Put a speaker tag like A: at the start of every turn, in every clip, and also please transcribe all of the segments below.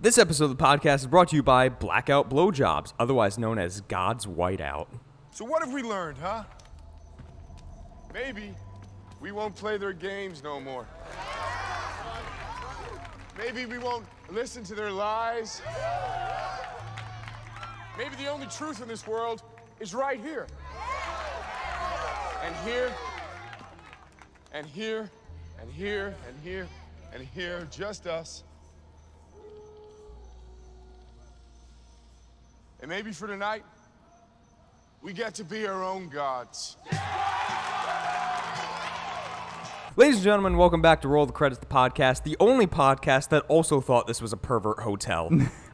A: This episode of the podcast is brought to you by Blackout Blowjobs, otherwise known as God's Whiteout.
B: So what have we learned, huh? Maybe we won't play their games no more. Maybe we won't listen to their lies. Maybe the only truth in this world is right here. And here, and here, and here, and here, and here, just us. And maybe for tonight, we get to be our own gods.
A: Ladies and gentlemen, welcome back to Roll the Credits, the podcast, the only podcast that also thought this was a pervert hotel.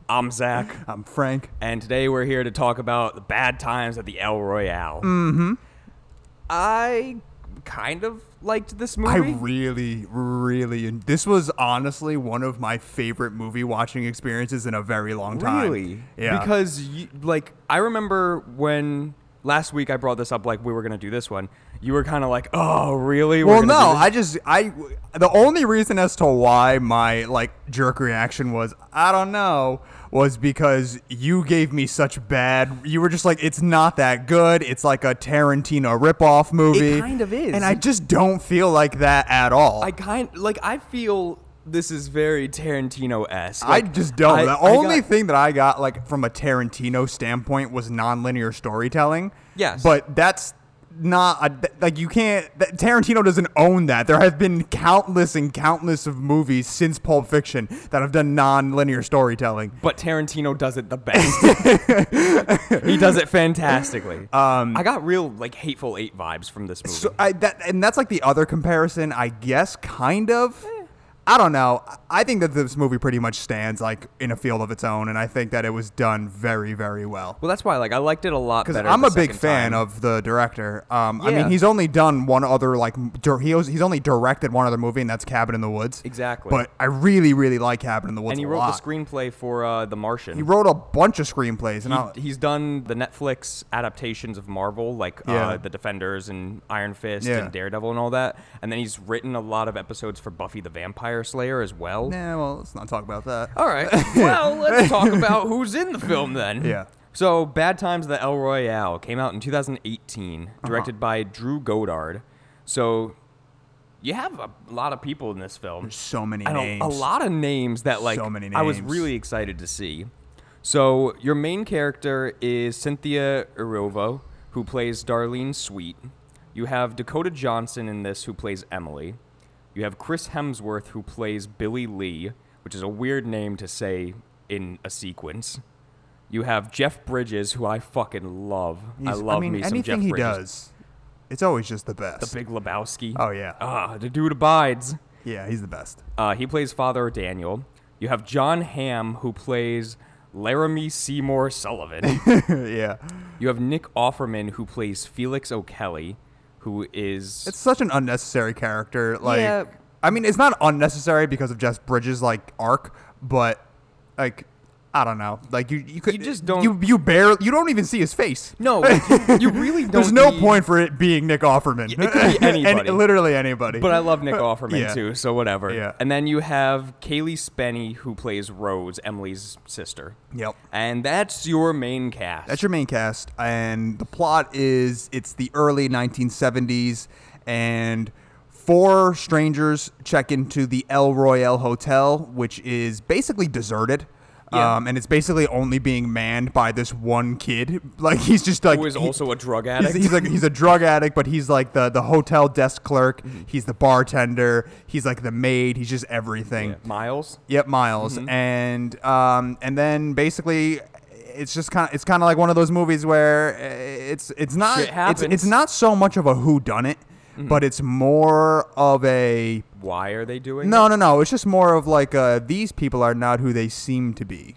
A: I'm Zach,
C: I'm Frank.
A: and today we're here to talk about the bad times at the El Royale. Mm-hmm. I kind of liked this movie.
C: I really, really. en- This was honestly one of my favorite movie watching experiences in a very long time.
A: Really?
C: Yeah.
A: Because you, like I remember when last week I brought this up, like we were gonna do this one. You were kind of like, "Oh, really?" We're
C: well,
A: gonna do
C: no,
A: this?"
C: I just I the only reason as to why my like jerk reaction was I don't know was because you gave me such bad. You were just like it's not that good. It's like a Tarantino ripoff movie.
A: kind of is.
C: and I just don't feel like that at all.
A: I kind like I feel this is very Tarantino esque.
C: I just don't. the only thing that I got like from a Tarantino standpoint was nonlinear storytelling.
A: Yes.
C: but that's not a, th- like you can't. Th- Tarantino doesn't own that. There have been countless and countless of movies since Pulp Fiction that have done nonlinear storytelling.
A: But Tarantino does it the best. he does it fantastically. Um, I got real like hateful eight vibes from this movie.
C: So I that and that's like the other comparison, I guess, kind of. I don't know. I- I think that this movie pretty much stands like in a field of its own, and I think that it was done very, very well.
A: well, that's why like I liked it a lot
C: because
A: better.
C: I'm
A: the
C: a big
A: second
C: fan
A: time.
C: of the director. Um, I
A: Yeah.
C: mean, he's only done one other like m- dir- he was, he's only directed one other movie, and that's Cabin in the Woods.
A: Exactly.
C: But I really, really like Cabin in the Woods.
A: and he
C: a
A: wrote
C: lot.
A: the screenplay for uh, The Martian.
C: He wrote a bunch of screenplays, and I,
A: He, he's done the Netflix adaptations of Marvel, like uh,
C: Yeah.
A: the Defenders and Iron Fist
C: Yeah.
A: and Daredevil and all that. And then he's written a lot of episodes for Buffy the Vampire Slayer as well.
C: nah, well, let's not talk about that.
A: All right. Well, let's talk about who's in the film then.
C: Yeah.
A: So, Bad Times at the El Royale came out in 2018, directed by Drew Goddard. So, you have a lot of people in this film.
C: So many
A: I don't-
C: names.
A: a lot of names that like
C: So many
A: I was
C: names.
A: really excited to see. So your main character is Cynthia Erivo, who plays Darlene Sweet. You have Dakota Johnson in this, who plays Emily. You have Chris Hemsworth, who plays Billy Lee, which is a weird name to say in a sequence. You have Jeff Bridges, who I fucking love. I
C: He's-
A: love
C: mean,
A: me some
C: anything
A: Jeff
C: he
A: Bridges.
C: does, it's always just the best.
A: The Big Lebowski.
C: Oh, yeah.
A: Ah, the dude abides.
C: yeah, he's the best.
A: Uh, he plays Father Daniel. You have John Hamm, who plays Laramie Seymour Sullivan.
C: yeah,
A: you have Nick Offerman, who plays Felix O'Kelly, who is.
C: it's such an unnecessary character. Like,
A: Yeah.
C: I mean, it's not unnecessary because of Jess Bridges' like arc, but like, I don't know. Like, you you could
A: You just don't-
C: you you barely you don't even see his face.
A: no, like, you, you really don't.
C: There's no
A: need-
C: point for it being Nick Offerman.
A: It could be
C: Any-
A: anybody.
C: literally anybody.
A: But I love Nick Offerman
C: yeah.
A: too, so whatever.
C: Yeah.
A: And then you have Kaylee Spenny, who plays Rose, Emily's sister.
C: Yep.
A: And that's your main cast.
C: That's your main cast, and the plot is it's the early 1970s, and four strangers check into the El Royale Hotel, which is basically deserted.
A: Yeah.
C: Um, and it's basically only being manned by this one kid. Like he's just like
A: who is
C: he-
A: also a drug
C: He's,
A: addict.
C: he's like he's a drug addict, but he's like the the hotel desk clerk.
A: Mm-hmm.
C: He's the bartender. He's like the maid. He's just everything.
A: Yeah. Miles.
C: Yep, Miles,
A: Mm-hmm.
C: and um, and then basically, it's just kind of it's kind of like one of those movies where uh, it's it's not
A: Shit
C: it's,
A: happens. Mm-hmm.
C: it's not so much of a who done it, but it's more of a
A: Why are they doing
C: no
A: it?
C: no no. It's just more of like uh, these people are not who they seem to be,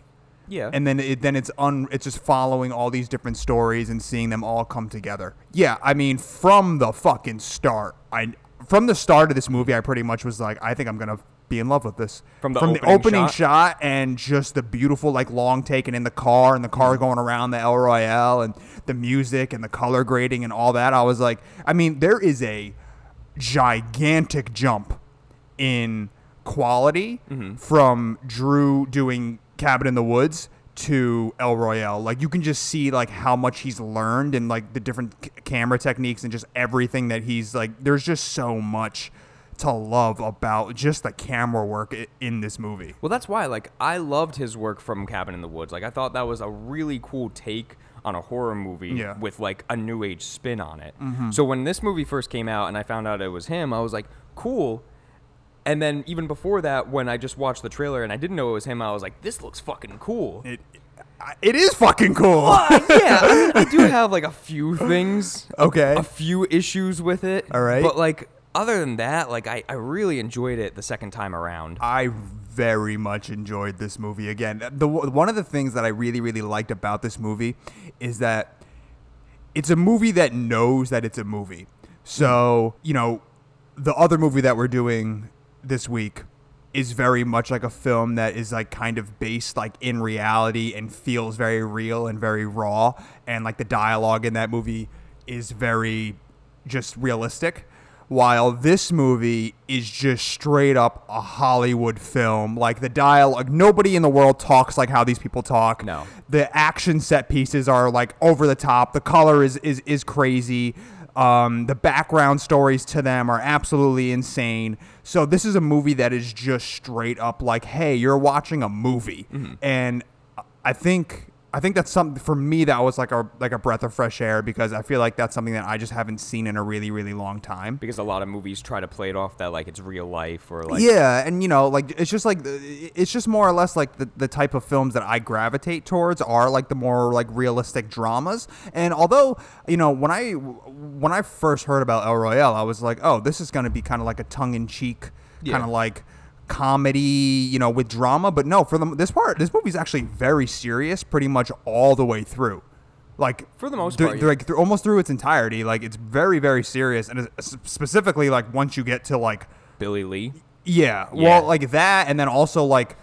A: Yeah.
C: and then it, then it's un it's just following all these different stories and seeing them all come together. Yeah, I mean from the fucking start, I from the start of this movie, I pretty much was like, I think I'm gonna be in love with this
A: From the
C: the
A: opening
C: opening
A: shot?
C: shot shot and just the beautiful like long taken in the car and the car going around the El Royale and the music and the color grading and all that. I was like, I mean, there is a gigantic jump in quality from Drew doing Cabin in the Woods to El Royale. Like you can just see like how much he's learned and like the different c- camera techniques and just everything that he's like. There's just so much to love about just the camera work i- in this movie.
A: Well, that's why, like, I loved his work from Cabin in the Woods. Like, I thought that was a really cool take on a horror movie
C: Yeah. Mm-hmm.
A: with, like, a new age spin on it. So when this movie first came out and I found out it was him, I was like, cool. And then even before that, when I just watched the trailer and I didn't know it was him, I was like, this looks fucking cool.
C: It I- it is fucking cool.
A: yeah, I, mean, I do have, like, a few things,
C: Okay.
A: a few issues with it.
C: All right.
A: But, like, other than that, like, I, I really enjoyed it the second time around.
C: I very much enjoyed this movie again. The one of the things that I really really liked about this movie is that it's a movie that knows that it's a movie. So, you know, the other movie that we're doing this week is very much like a film that is like kind of based like in reality and feels very real and very raw and like the dialogue in that movie is very just realistic while this movie is just straight up a Hollywood film like the dialogue nobody in the world talks like how these people talk
A: No.
C: the action set pieces are like over the top. The color is is is crazy. Um, the background stories to them are absolutely insane. So this is a movie that is just straight up like, hey, you're watching a movie, and I think I think that's something for me that was like a like a breath of fresh air because I feel like that's something that I just haven't seen in a really really long time.
A: Because a lot of movies try to play it off that, like, it's real life or, like,
C: yeah and you know like it's just like uh, it's just more or less like the, the type of films that i gravitate towards are like the more like realistic dramas and although you know when i when i first heard about el royale i was like oh this is going to be kind of like a tongue-in-cheek
A: Yeah.
C: kind of like comedy you know with drama but no for the, this part this movie's actually very serious pretty much all the way through like
A: For the most
C: they're-
A: part,
C: they're,
A: yeah.
C: like through, almost through its entirety like it's very very serious and it's specifically like once you get to like
A: Billy Lee.
C: yeah.
A: Yeah.
C: Well, like that, and then also like,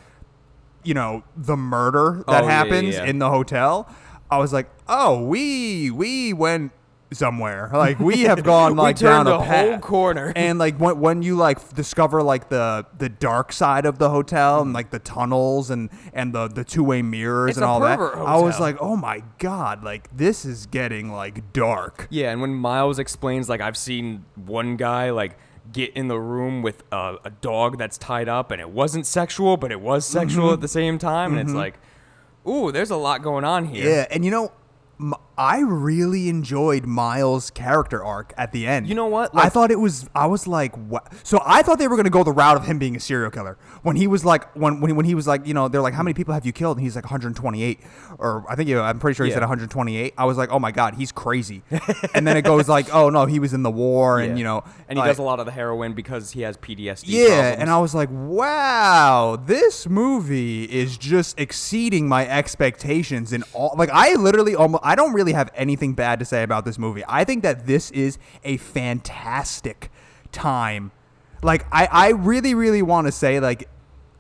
C: you know, the murder that
A: Oh, yeah,
C: happens
A: yeah, yeah.
C: in the hotel. I was like, oh, we we went somewhere. Like we have gone
A: We
C: like
A: turned
C: down
A: a
C: path.
A: whole corner.
C: And like when when you like f- discover like the the dark side of the hotel and like the tunnels and and the the two way mirrors
A: It's
C: and
A: a
C: all that,
A: pervert
C: I was
A: hotel.
C: like, oh my god, like this is getting like dark.
A: Yeah, and when Miles explains, like, I've seen one guy, like, get in the room with a, a dog that's tied up, and it wasn't sexual, but it was sexual
C: Mm-hmm.
A: at the same time, and it's like, ooh, there's a lot going on here.
C: Yeah, and you know, m- I really enjoyed Miles' character arc at the end.
A: You know what?
C: I
A: Like-
C: thought it was. I was like, what? So I thought they were gonna go the route of him being a serial killer when he was like, when when, when he was like, you know, they're like, how many people have you killed? And he's like, 128, or I think you know, I'm pretty sure he
A: Yeah.
C: said 128. I was like, oh my god, he's crazy. and then it goes like, oh no, he was in the war, and you know,
A: and he
C: like-
A: does a lot of the heroin because he has PTSD.
C: yeah,
A: problems.
C: and I was like, wow, this movie is just exceeding my expectations in all. Like, I literally almost, I don't really have anything bad to say about this movie. I think that this is a fantastic time. Like, I, I really, really want to say, like,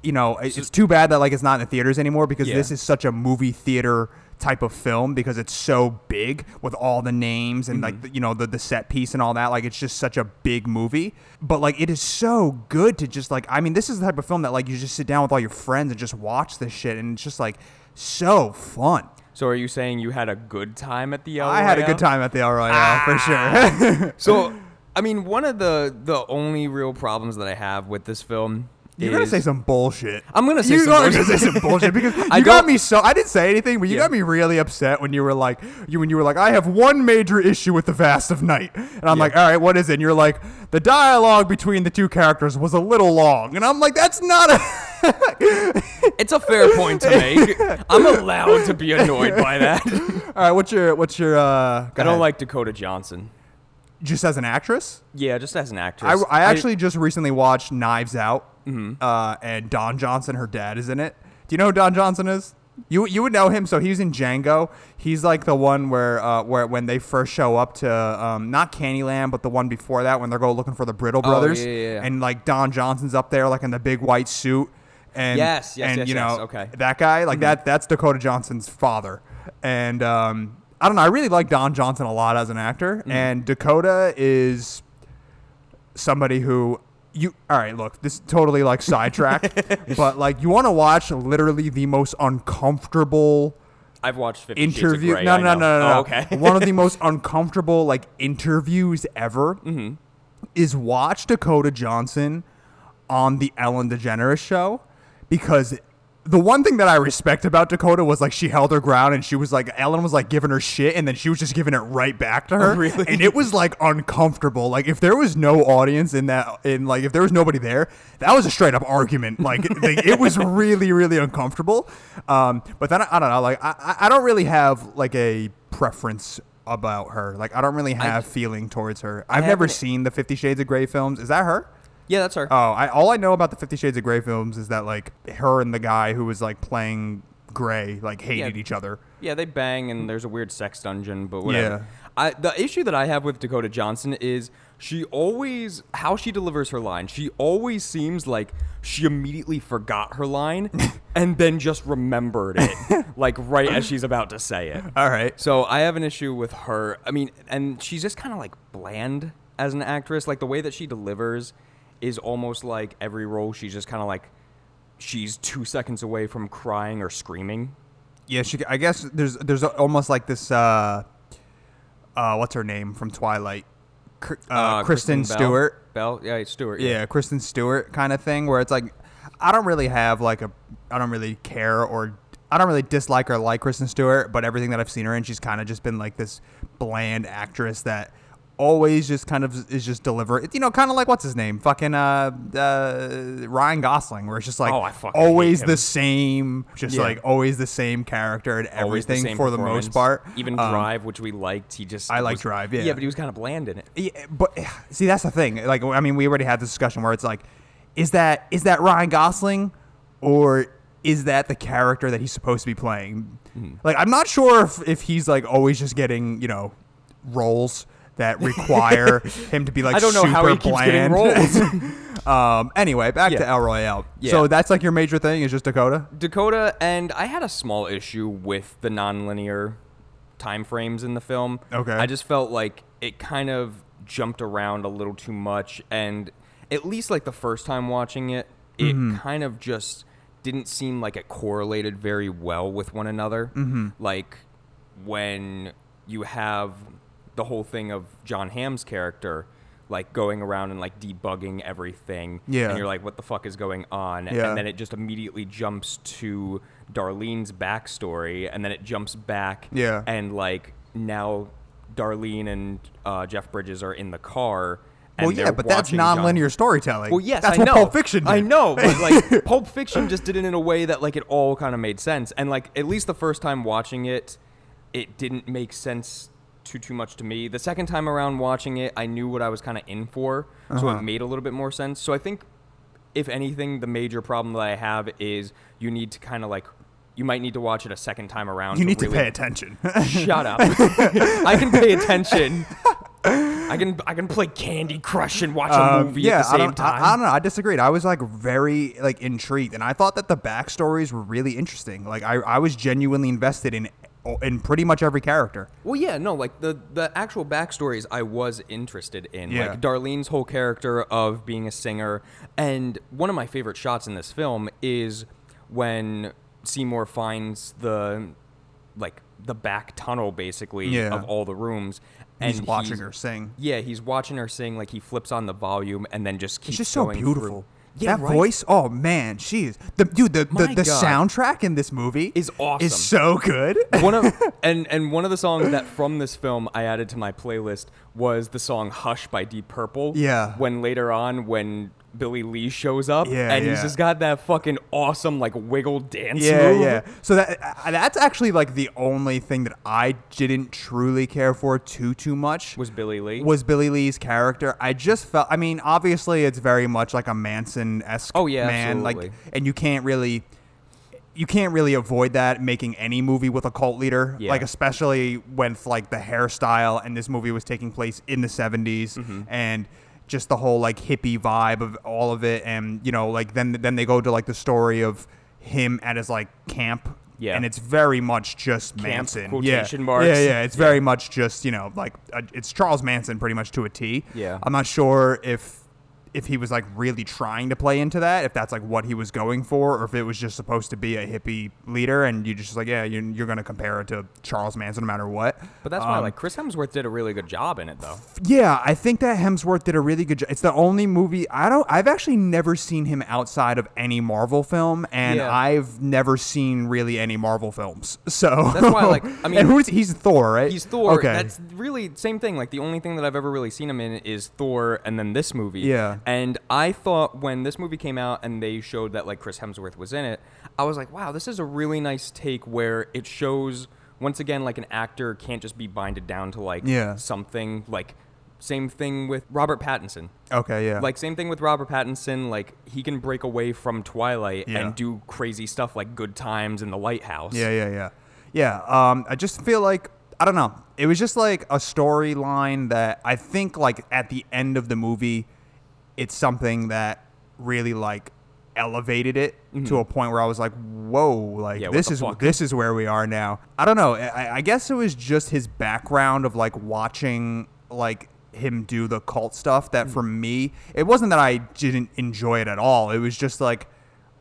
C: you know, it- it's too bad that like it's not in the theaters anymore because
A: Yeah.
C: this is such a movie theater type of film because it's so big with all the names and like the, you know the the set piece and all that like it's just such a big movie but like it is so good to just like I mean this is the type of film that like you just sit down with all your friends and just watch this shit and it's just like so fun.
A: so are you saying you had a good time at the?
C: I had a
A: LOL?
C: good time at the El Royale for sure.
A: So, I mean, one of the the only real problems that I have with this film.
C: You're gonna
A: is-
C: say some bullshit.
A: I'm gonna say
C: you
A: some
C: are
A: bullshit.
C: gonna say some bullshit because
A: I
C: you got
A: don't-
C: me so I didn't say anything, but you
A: Yeah.
C: got me really upset when you were like you when you were like I have one major issue with the Vast of Night, and I'm like, all right, what is it? And you're like, the dialogue between the two characters was a little long, and I'm like, that's not a.
A: It's a fair point to make. I'm allowed to be annoyed by that.
C: all right, what's your what's your? uh go
A: I don't
C: ahead.
A: like Dakota Johnson.
C: just as an actress.
A: Yeah, just as an actress.
C: I, I actually just recently watched Knives Out,
A: Mm-hmm.
C: uh, and Don Johnson, her dad, is in it. Do you know who Don Johnson is? You you would know him. So he's in Django. He's like the one where uh, where when they first show up to um, not Candyland, but the one before that when they're go looking for the Brittle Brothers,
A: Oh, yeah, yeah, yeah.
C: and like Don Johnson's up there like in the big white suit. And,
A: Yes, yes,
C: and,
A: yes,
C: you
A: yes,
C: know,
A: okay. Mm-hmm.
C: that guy like that that's dakota johnson's father and um, i don't know i really like don
A: Mm-hmm.
C: johnson a lot as an actor and dakota is somebody who you all right? Look, this is totally like sidetracked, but like you want to watch literally the most uncomfortable
A: I've watched Fifty Shades of
C: interview.
A: Grey.
C: No,
A: I
C: no, no,
A: know.
C: no, no.
A: Oh,
C: no.
A: okay.
C: One of the most uncomfortable like interviews ever
A: Mm-hmm.
C: is watch Dakota Johnson on the Ellen DeGeneres show because the one thing that I respect about Dakota was like she held her ground and she was like Ellen was like giving her shit and then she was just giving it right back to her.
A: really?
C: And it was like uncomfortable. Like if there was no audience in that in like if there was nobody there, that was a straight up argument. Like like, it was really really uncomfortable. Um but then I, I don't know like I I- I don't really have like a preference about her. Like I don't really have feeling towards her. I've never
A: haven't-
C: seen the 50 Shades of Grey films. Is that her?
A: yeah, that's her.
C: Oh, I all I know about the Fifty Shades of Grey films is that like her and the guy who was like playing Grey like hated
A: Yeah.
C: each other.
A: Yeah, they bang and there's a weird sex dungeon, but whatever.
C: Yeah.
A: I, the issue that I have with Dakota Johnson is she always, how she delivers her line, she always seems like she immediately forgot her line and then just remembered it, like right as she's about to say it.
C: All right.
A: So I have an issue with her. I mean, and she's just kind of like bland as an actress. Like the way that she delivers is almost like every role she's just kind of like, she's two seconds away from crying or screaming.
C: Yeah, she. I guess there's there's almost like this. uh uh What's her name from Twilight? Cr- Uh, Kristen,
A: Bell-
C: Stewart.
A: Bell, yeah, it's Stewart.
C: Yeah, Kristen Stewart kind of thing where it's like I don't really have like a I don't really care or I don't really dislike or like Kristen Stewart, but everything that I've seen her in, she's kind of just been like this bland actress that always just kind of is just deliver you know kind of like what's his name fucking uh, uh ryan gosling where it's just like
A: Oh, I fucking hate
C: always
A: him.
C: the same just
A: Yeah.
C: like always the same character and
A: Always
C: everything
A: same
C: for the
A: performance.
C: most part
A: Even
C: Um,
A: Drive, which we liked, he just
C: I like
A: was-
C: Drive, yeah.
A: yeah, but he was kind of bland in it.
C: yeah, but see, that's the thing. Like, I mean, we already had this discussion where it's like, is that is that Ryan Gosling, or is that the character that he's supposed to be playing?
A: Hmm.
C: Like, I'm not sure if, if he's like always just getting you know roles that require him to be like
A: I don't know
C: super
A: how he keeps getting
C: bland.
A: roles.
C: um. Anyway, back to
A: Yeah.
C: El Royale.
A: Yeah.
C: So that's like your major thing is just Dakota.
A: Dakota and I had a small issue with the nonlinear time frames in the film.
C: Okay.
A: I just felt like it kind of jumped around a little too much and at least like the first time watching it, it
C: Mm-hmm.
A: kind of just didn't seem like it correlated very well with one another.
C: Mm-hmm.
A: Like when you have the whole thing of John Hamm's character like going around and like debugging everything
C: Yeah.
A: and you're like what the fuck is going on
C: Yeah.
A: and then it just immediately jumps to Darlene's backstory, and then it jumps back.
C: Yeah.
A: And like now, Darlene and uh, Jeff Bridges are in the car. And
C: Well, yeah,
A: they're
C: but that's
A: watching John-
C: nonlinear storytelling.
A: Well, yes,
C: that's
A: I
C: what
A: know.
C: Pulp Fiction. Did.
A: I know, but like Pulp Fiction just did it in a way that like it all kind of made sense, and like at least the first time watching it, it didn't make sense too too much to me. The second time around watching it, I knew what I was kind of in for, so
C: Uh-huh.
A: it made a little bit more sense. So I think if anything, the major problem that I have is you need to kind of like you might need to watch it a second time around.
C: You need to
A: really
C: pay attention.
A: Shut up! I can pay attention. I can I can play Candy Crush and watch a
C: Um,
A: movie at
C: yeah,
A: the same
C: I don't,
A: time.
C: I, I don't know. I disagreed. I was like very like intrigued, and I thought that the backstories were really interesting. Like I, I was genuinely invested in in pretty much every character.
A: Well, yeah, no, like the the actual backstories I was interested in,
C: Yeah.
A: like Darlene's whole character of being a singer, and one of my favorite shots in this film is when Seymour finds the like the back tunnel basically
C: Yeah.
A: of all the rooms, and
C: He's watching her sing.
A: Yeah, he's watching her sing. Like he flips on the volume and then just keeps.
C: It's just so
A: going
C: beautiful.
A: Through. Yeah,
C: that
A: right?
C: voice, oh man, she is the dude. The the,
A: My
C: the
A: God.
C: soundtrack in this movie
A: Is awesome.
C: Is so good.
A: one of and and one of the songs that from this film I added to my playlist was the song "Hush" by Deep Purple.
C: Yeah.
A: When later on, when Billy Lee shows up,
C: Yeah,
A: and
C: yeah.
A: he's just got that fucking awesome like wiggle dance
C: yeah,
A: move.
C: yeah. So that uh, that's actually like the only thing that I didn't truly care for too too much
A: Was Billy Lee?
C: was Billy Lee's character. I just felt. I mean, obviously, it's very much like a Manson esque.
A: Oh, yeah,
C: man. Like,
A: absolutely.
C: and you can't really, you can't really avoid that making any movie with a cult leader.
A: Yeah.
C: Like, especially when like the hairstyle and this movie was taking place in the 70s
A: Mm-hmm.
C: and just the whole like hippie vibe of all of it and you know like then then they go to like the story of him at his like camp
A: Yeah.
C: and it's very much just Manson
A: quotation
C: yeah.
A: marks.
C: yeah yeah it's very much just you know like uh, it's Charles Manson pretty much to a T
A: Yeah.
C: I'm not sure if if he was like really trying to play into that, if that's like what he was going for, or if it was just supposed to be a hippie leader, and you just like, yeah, you're, you're gonna compare it to Charles Manson no matter what. Um,
A: But that's why, like, Chris Hemsworth did a really good job in it, though.
C: Yeah, I think that Hemsworth did a really good job. It's the only movie I don't. I've actually never seen him outside of any Marvel film, and
A: Yeah.
C: I've never seen really any Marvel films. So
A: That's why, like, I mean-
C: and who's he's Thor, right?
A: He's Thor.
C: Okay,
A: That's really same thing. Like the only thing that I've ever really seen him in is Thor, and then this movie.
C: Yeah.
A: And I thought when this movie came out and they showed that like Chris Hemsworth was in it, I was like, wow, this is a really nice take where it shows once again like an actor can't just be binded down to like
C: Yeah.
A: something like same thing with Robert Pattinson.
C: okay, yeah.
A: Like same thing with Robert Pattinson, like he can break away from Twilight
C: Yeah.
A: and do crazy stuff like Good Times and The Lighthouse.
C: Yeah, yeah, yeah. Yeah. Um, I just feel like I don't know. It was just like a storyline that I think like at the end of the movie, it's something that really like elevated it to a point where I was like, "Whoa! Like
A: Mm-hmm. Yeah, what
C: this
A: the
C: is
A: fuck?
C: this is where we are now." I don't know. I, I guess it was just his background of like watching like him do the cult stuff that for me it wasn't that I didn't enjoy it at all. It was just like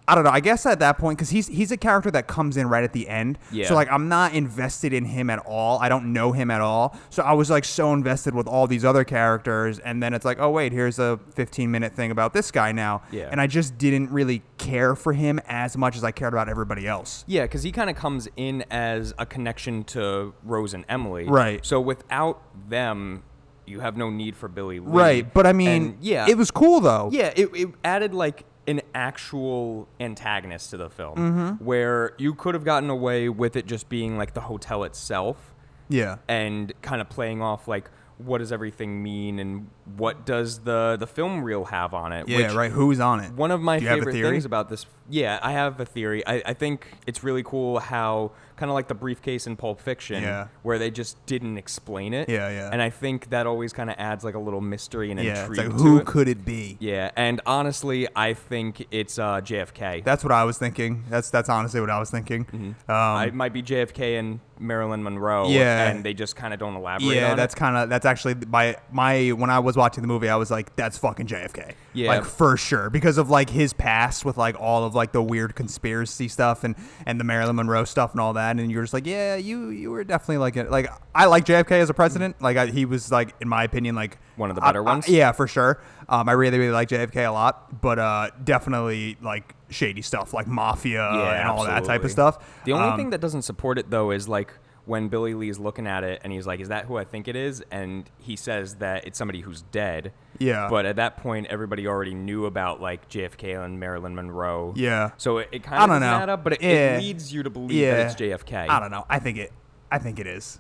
C: I don't know. I guess at that point, because he's he's a character that comes in right at the end.
A: Yeah.
C: So like, I'm not invested in him at all. I don't know him at all. So I was like so invested with all these other characters, and then it's like, oh wait, here's a 15 minute thing about this guy now.
A: Yeah.
C: And I just didn't really care for him as much as I cared about everybody else.
A: Yeah, because he kind of comes in as a connection to Rose and Emily.
C: Right.
A: So without them, you have no need for Billy Lee.
C: Right. But I mean,
A: And, yeah,
C: it was cool though.
A: Yeah, it, it added like an actual antagonist to the film,
C: Mm-hmm.
A: where you could have gotten away with it just being like the hotel itself,
C: Yeah.
A: and kind of playing off like what does everything mean and what does the the film reel have on it?
C: Yeah.
A: which
C: right. Who's on it?
A: one of my
C: Do you have a
A: favorite
C: theory?
A: things about this, yeah, I have a theory. I, I think it's really cool how, kind of like the briefcase in Pulp Fiction,
C: Yeah.
A: where they just didn't explain it.
C: Yeah, yeah.
A: And I think that always kind of adds like a little mystery and
C: Yeah. It's
A: intrigue
C: like
A: to
C: who
A: it.
C: could it be?
A: yeah, and honestly, I think it's uh, JFK.
C: That's what I was thinking. That's that's honestly what I was thinking.
A: Mm-hmm.
C: Um,
A: I- it might be JFK and Marilyn Monroe.
C: Yeah.
A: and they just kind of don't elaborate.
C: Yeah,
A: on
C: that's
A: it.
C: kind of that's actually my my when I was watching the movie, I was like, that's fucking JFK.
A: Yeah.
C: like for sure because of like his past with like all of like the weird conspiracy stuff and and the Marilyn Monroe stuff and all that, and you're just like, yeah, you you were definitely like a, like I like JFK as a president. Like I, he was like in my opinion like
A: One of the
C: I-
A: better
C: I-
A: ones?
C: yeah, for sure. Um, I really really like JFK a lot, but uh, definitely like shady stuff like mafia and all that type
A: absolutely.
C: of stuff.
A: The only
C: Um,
A: thing that doesn't support it though is like when Billy Lee's looking at it and he's like, "Is that who I think it is?" and he says that it's somebody who's dead.
C: Yeah.
A: But at that point, everybody already knew about like JFK and Marilyn Monroe.
C: Yeah.
A: So it, it kind
C: I
A: of
C: don't
A: doesn't
C: know.
A: add up, but it,
C: Yeah.
A: it leads you to believe that it's JFK.
C: I don't know. I think it. I think it is.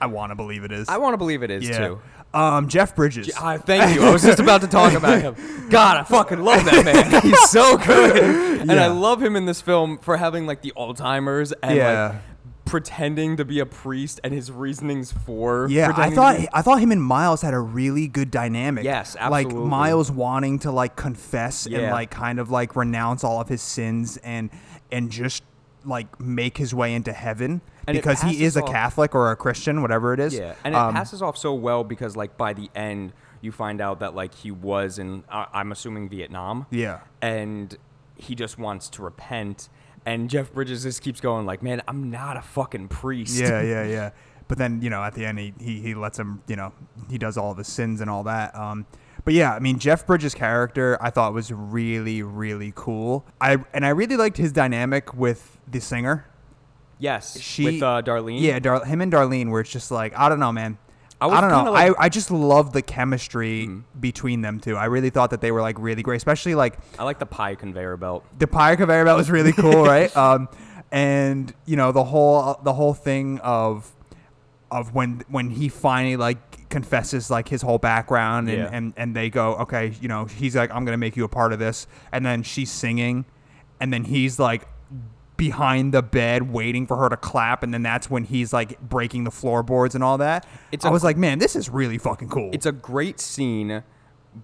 C: I want to believe it is.
A: I want to believe it is too.
C: Um, Jeff Bridges.
A: Ah, thank you. I was just about to talk about him. God, I fucking love that man. He's so good, and
C: Yeah.
A: I love him in this film for having like the Alzheimer's and
C: Yeah.
A: like pretending to be a priest and his reasonings for.
C: yeah, I
A: pretending to
C: thought
A: be-
C: I thought him and Miles had a really good dynamic.
A: Yes,
C: Like
A: absolutely.
C: Miles wanting to like confess and
A: Yeah.
C: like kind of like renounce all of his sins and and just like make his way into heaven
A: And it
C: because he
A: passes
C: is a
A: off-
C: Catholic or a Christian, whatever it is.
A: yeah, and it
C: Um,
A: passes off so well because like by the end you find out that like he was in I I'm assuming Vietnam.
C: Yeah.
A: and he just wants to repent. And Jeff Bridges just keeps going like, "Man, I'm not a fucking priest."
C: Yeah, yeah, yeah. But then you know, at the end, he, he he lets him. You know, he does all of his sins and all that. Um, but yeah, I mean, Jeff Bridges' character I thought was really really cool. I and I really liked his dynamic with the singer.
A: yes,
C: She
A: with uh, Darlene.
C: Yeah, Dar- him and Darlene, where it's just like I don't know, man. I,
A: I was
C: don't know.
A: kinda like- Mm-hmm.
C: I, I just love the chemistry between them two. I really thought that they were like really great, especially like
A: I like the pie conveyor belt.
C: the Pyre conveyor belt was really cool, right? Um, and you know the whole the whole thing of of when when he finally like confesses like his whole background and,
A: Yeah.
C: and and they go okay you know he's like i'm gonna make you a part of this and then she's singing and then he's like behind the bed waiting for her to clap and then that's when he's like breaking the floorboards and all that
A: It's
C: I
A: a-
C: was like man this is really fucking cool
A: It's a great scene,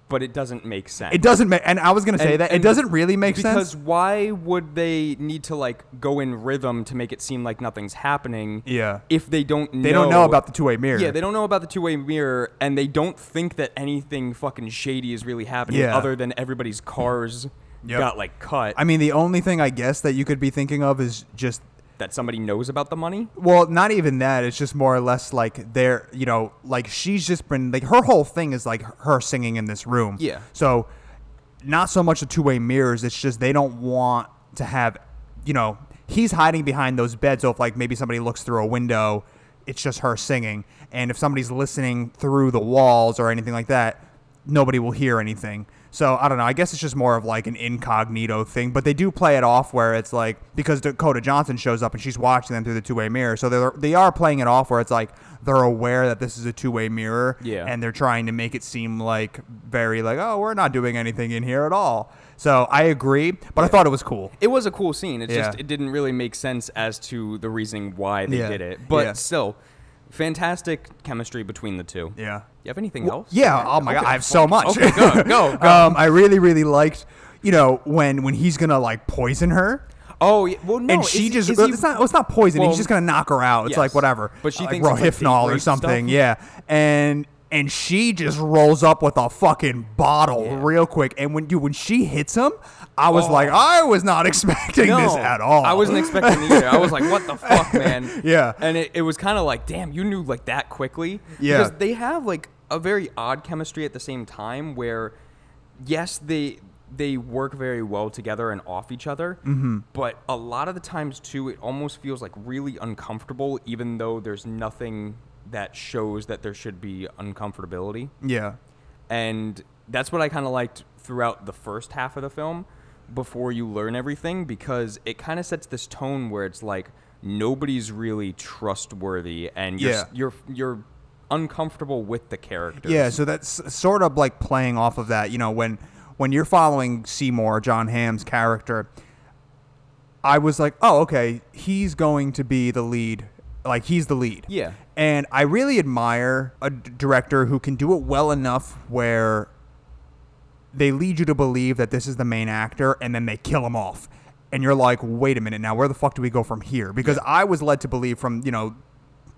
A: but it doesn't make sense.
C: It doesn't make, and I was gonna say
A: And-
C: that it
A: and
C: doesn't really make
A: because
C: sense.
A: why would they need to like go in rhythm to make it seem like nothing's happening?
C: Yeah.
A: If they don't know
C: They don't know about the two-way mirror.
A: Yeah, they don't know about the two-way mirror and they don't think that anything fucking shady is really happening
C: Yeah.
A: other than everybody's cars
C: Yep.
A: got like cut.
C: I mean, the only thing I guess that you could be thinking of is just
A: that somebody knows about the money?
C: well, not even that. It's just more or less like they're, you know, like she's just been like her whole thing is like her singing in this room.
A: Yeah.
C: So, not so much the two way mirrors. It's just they don't want to have, you know, he's hiding behind those beds. So if like maybe somebody looks through a window, it's just her singing. And if somebody's listening through the walls or anything like that, nobody will hear anything. So I don't know. I guess it's just more of like an incognito thing, but they do play it off where it's like because Dakota Johnson shows up and she's watching them through the two-way mirror. So they're they are playing it off where it's like they're aware that this is a two-way mirror,
A: Yeah.
C: and they're trying to make it seem like very like oh we're not doing anything in here at all. So I agree, but I thought it was cool.
A: It was a cool scene. It
C: Yeah.
A: just it didn't really make sense as to the reason why they
C: Yeah.
A: did it. But
C: Yeah.
A: still, fantastic chemistry between the two.
C: Yeah.
A: You have anything else?
C: Yeah. Oh my god, I have so much.
A: Okay, go, go, go.
C: um, I really really liked you know when when he's gonna like poison her.
A: Oh, yeah, well, no.
C: and
A: is
C: she
A: he-
C: just uh,
A: is he-
C: it's not it's not poison.
A: Well,
C: he's just gonna knock her out. It's
A: yes.
C: like whatever.
A: But she
C: like
A: thinks it's like date
C: Rohypnol or
A: rape
C: something.
A: stuff.
C: Yeah, and and she just rolls up with a fucking bottle
A: Yeah.
C: real quick. And when you when she hits him, I was
A: Oh.
C: like, I was not expecting
A: no,
C: this at all.
A: I wasn't expecting either. I was like, what the fuck, man?
C: Yeah.
A: And it, it was kind of like, damn, you knew like that quickly.
C: Yeah.
A: Because they have like a very odd chemistry at the same time where, yes, they they work very well together and off each other. Mm-hmm. But a lot of the times too, it almost feels like really uncomfortable, even though there's nothing that shows that there should be uncomfortability
C: Yeah,
A: and that's what I kind of liked throughout the first half of the film before you learn everything because it kind of sets this tone where it's like nobody's really trustworthy and you're s-
C: Yeah.
A: you're you're uncomfortable with the characters.
C: yeah. So that's s- sort of like playing off of that. You know, when when you're following Seymour, John Hamm's character, I was like, oh, okay, he's going to be the lead. Like he's the lead.
A: Yeah.
C: And I really admire a d- director who can do it well enough where they lead you to believe that this is the main actor and then they kill him off. And you're like, wait a minute, now where the fuck do we go from here? Because I was led to believe from, you know,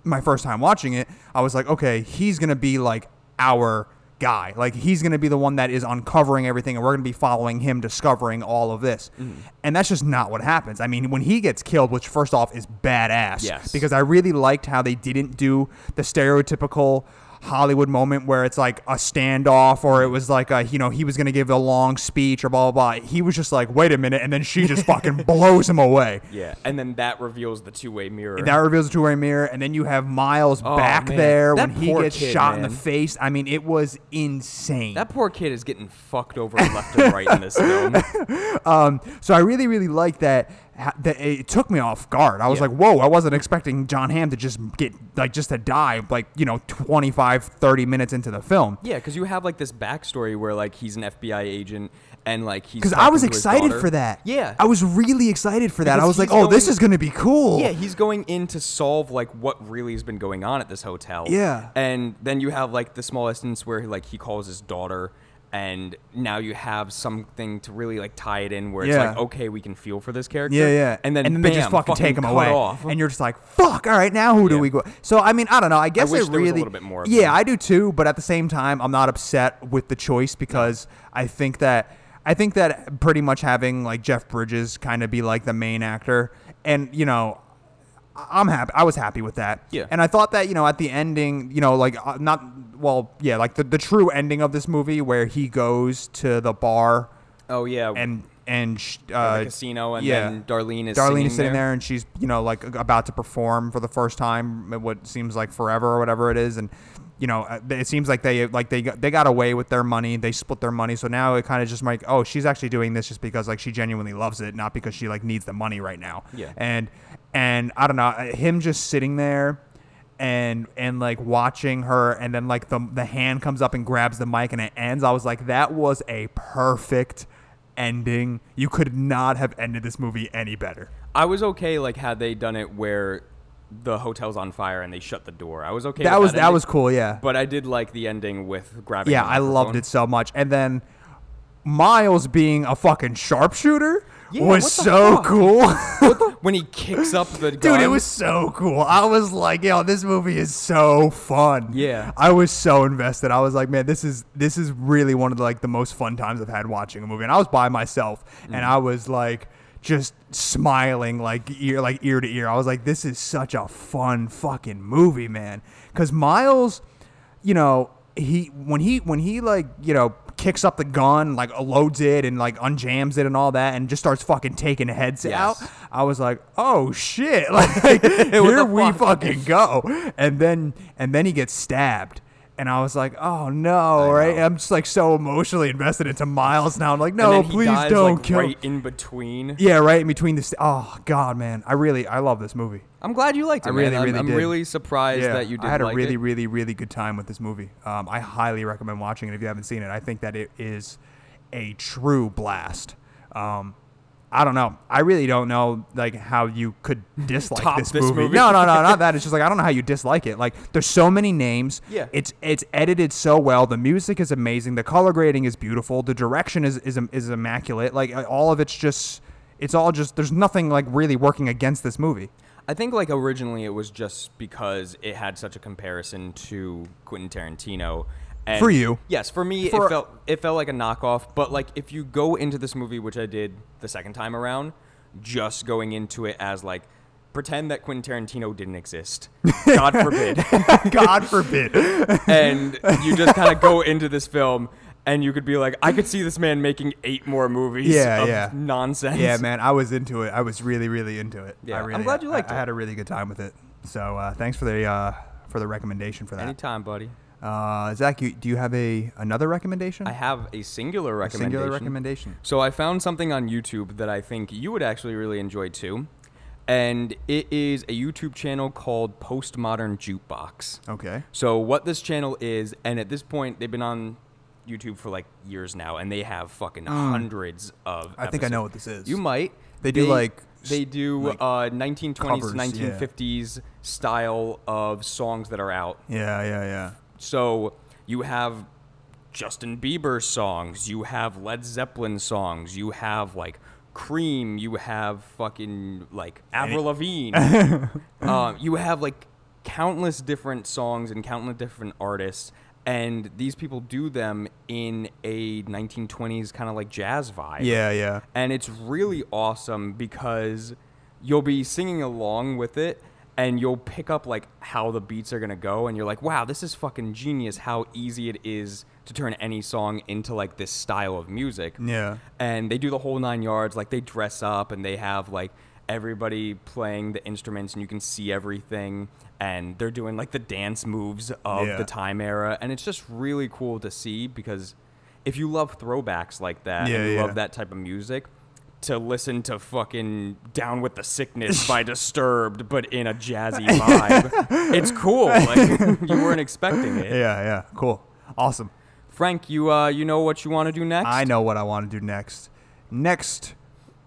C: my first time watching it, I was like, okay, he's going to be like our guy. Like he's going to be the one that is uncovering everything and we're going to be following him discovering all of this.
A: Mm-hmm.
C: And that's just not what happens. I mean, when he gets killed, which first off is badass
A: Yes.
C: because I really liked how they didn't do the stereotypical Hollywood moment where it's like a standoff or it was like a you know he was gonna give a long speech or blah blah blah. He was just like, wait a minute, and then she just fucking blows him away.
A: Yeah. And then that reveals the two-way mirror.
C: That reveals the two-way mirror, and then you have Miles
A: Oh,
C: back
A: man.
C: there
A: That
C: when he
A: poor
C: gets
A: kid,
C: shot in
A: man.
C: the face. I mean, it was insane.
A: that poor kid is getting fucked over left and right in this film.
C: So I really, really liked that. ha- That it took me off guard. I was
A: Yeah.
C: like, "Whoa!" I wasn't expecting John Hamm to just get like just to die like you know 25, 30 minutes into the film.
A: Yeah, because you have like this backstory where like he's an FBI agent and like he's
C: because I
A: talking
C: was
A: to his
C: excited
A: daughter.
C: for that.
A: Yeah,
C: I was really excited for that. I
A: Because
C: was like,
A: he's
C: "Oh, this
A: going-
C: is going to be cool."
A: Yeah, he's going in to solve like what really has been going on at this hotel.
C: Yeah.
A: and then you have like the small instance where like he calls his daughter, and now you have something to really like tie it in where it's
C: Yeah.
A: like okay, we can feel for this character.
C: yeah, yeah.
A: and then
C: and then
A: bam,
C: they just fucking, take him
A: cut
C: away,
A: Off.
C: and you're just like, "Fuck! All right, now who do
A: Yeah.
C: we go?" So I mean, I don't know. I guess
A: wish there
C: it
A: was a
C: really
A: little bit more of
C: Yeah,
A: that.
C: I do too. But at the same time, I'm not upset with the choice because I think that I think that pretty much having like Jeff Bridges kind of be like the main actor, and you know, I'm happy. I was happy with that.
A: Yeah.
C: And I thought that you know at the ending, you know, like uh, not well, yeah, like the the true ending of this movie where he goes to the bar
A: oh yeah,
C: and and sh-
A: the
C: uh,
A: casino, and
C: yeah.
A: then Darlene is
C: Darlene
A: singing
C: is sitting
A: there.
C: there. and she's you know like about to perform for the first time in what seems like forever or whatever it is and you know uh, it seems like they like they got, they got away with their money they split their money so now it kind of just like oh she's actually doing this just because like she genuinely loves it not because she like needs the money right now
A: Yeah.
C: and and I don't know uh, him just sitting there and and like watching her and then like the the hand comes up and grabs the mic and it ends I was like that was a perfect ending you could not have ended this movie any better
A: I was okay like had they done it where the hotel's on fire and they shut the door. I was okay.
C: That
A: with
C: was
A: that,
C: that
A: ending,
C: was cool. Yeah.
A: But I did like the ending with grabbing.
C: Yeah,
A: the
C: I loved
A: microphone.
C: it so much. And then Miles being a fucking sharpshooter
A: Yeah,
C: was
A: what the
C: so
A: fuck?
C: cool.
A: when he kicks up the gun.
C: Dude, it was so cool. I was like, yo, this movie is so fun.
A: Yeah.
C: I was so invested. I was like, man, this is this is really one of the, like the most fun times I've had watching a movie. And I was by myself
A: Mm.
C: and I was like just smiling like ear like ear to ear. I was like, this is such a fun fucking movie, man. Cause Miles, you know, he when he when he like, you know, kicks up the gun, like loads it and like unjams it and all that and just starts fucking taking heads
A: Yes.
C: out. I was like, "Oh shit!" Like here
A: the
C: we
A: fuck?
C: fucking go. And then and then he gets stabbed, and I was like, "Oh no!" right? I'm just like so emotionally invested into Miles now. I'm like,
A: And
C: "No,
A: then he
C: please
A: dies,
C: don't
A: like,
C: kill."
A: Right in between.
C: Yeah, right in between the. St- oh god, man, I really I love this movie.
A: I'm glad you liked it.
C: I really,
A: man. I'm,
C: really
A: I'm
C: did.
A: really surprised
C: yeah,
A: that you did
C: I had
A: like
C: a really,
A: it.
C: really, really good time with this movie. Um, I highly recommend watching it if you haven't seen it. I think that it is a true blast. Um, I don't know. I really don't know like how you could dislike
A: Top
C: this,
A: this
C: movie.
A: movie.
C: No, no, no, not that. It's just like I don't know how you dislike it. Like there's so many names.
A: Yeah.
C: It's it's edited so well. The music is amazing. The color grading is beautiful. The direction is is is immaculate. Like uh, all of it's just it's all just there's nothing like really working against this movie.
A: I think like originally it was just because it had such a comparison to Quentin Tarantino. And
C: For you.
A: yes. For me,
C: For-
A: it felt it felt like a knockoff. But like if you go into this movie, which I did the second time around, just going into it as like pretend that Quentin Tarantino didn't exist. God forbid.
C: God forbid.
A: and you just kind of go into this film and you could be like, I could see this man making eight more movies
C: Yeah,
A: of
C: yeah.
A: nonsense.
C: Yeah, man, I was into it. I was really, really into it.
A: Yeah,
C: I
A: I'm
C: really,
A: glad you liked
C: I,
A: it.
C: I had a really good time with it. So uh, thanks for the uh, for the recommendation for that.
A: Anytime, buddy.
C: Uh, Zach, you, do you have a another recommendation?
A: I have a singular recommendation.
C: Singular recommendation.
A: So I found something on YouTube that I think you would actually really enjoy too. And it is a YouTube channel called Postmodern Jukebox.
C: Okay.
A: So what this channel is, and at this point they've been on YouTube for like years now, and they have fucking hundreds of.
C: Mm. I think I know
A: episodes.
C: what this is.
A: You might.
C: They do, like, s-
A: they do
C: like,
A: uh, 1920s,
C: covers, yeah.
A: 1950s style of songs that are out.
C: Yeah, yeah, yeah.
A: So you have Justin Bieber songs, you have Led Zeppelin songs, you have like Cream, you have fucking like Avril Lavigne, um, you have like countless different songs and countless different artists. And these people do them in a 1920s kind of like jazz vibe.
C: Yeah, yeah.
A: And it's really awesome because you'll be singing along with it and you'll pick up like how the beats are going to go and you're like, "Wow, this is fucking genius how easy it is to turn any song into like this style of music."
C: Yeah.
A: And they do the whole 9 yards, like they dress up and they have like everybody playing the instruments and you can see everything and they're doing like the dance moves of
C: Yeah.
A: the time era and it's just really cool to see because if you love throwbacks like that
C: Yeah,
A: and you
C: yeah.
A: love that type of music to listen to fucking down with the sickness by disturbed but in a jazzy vibe it's cool like you weren't expecting it
C: Yeah, yeah. Cool. Awesome.
A: frank you uh you know what you want to do next
C: I know what I want to do next. Next,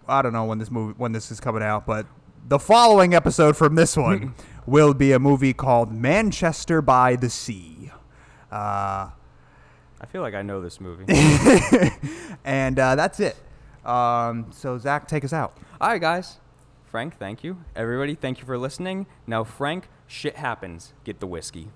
C: I don't know when this movie when this is coming out, but the following episode from this one will be a movie called Manchester by the Sea. Uh,
A: i feel like i know this movie
C: and uh, that's it. Um, so Zach, take us out.
A: all right guys frank thank you everybody thank you for listening now frank shit happens get the whiskey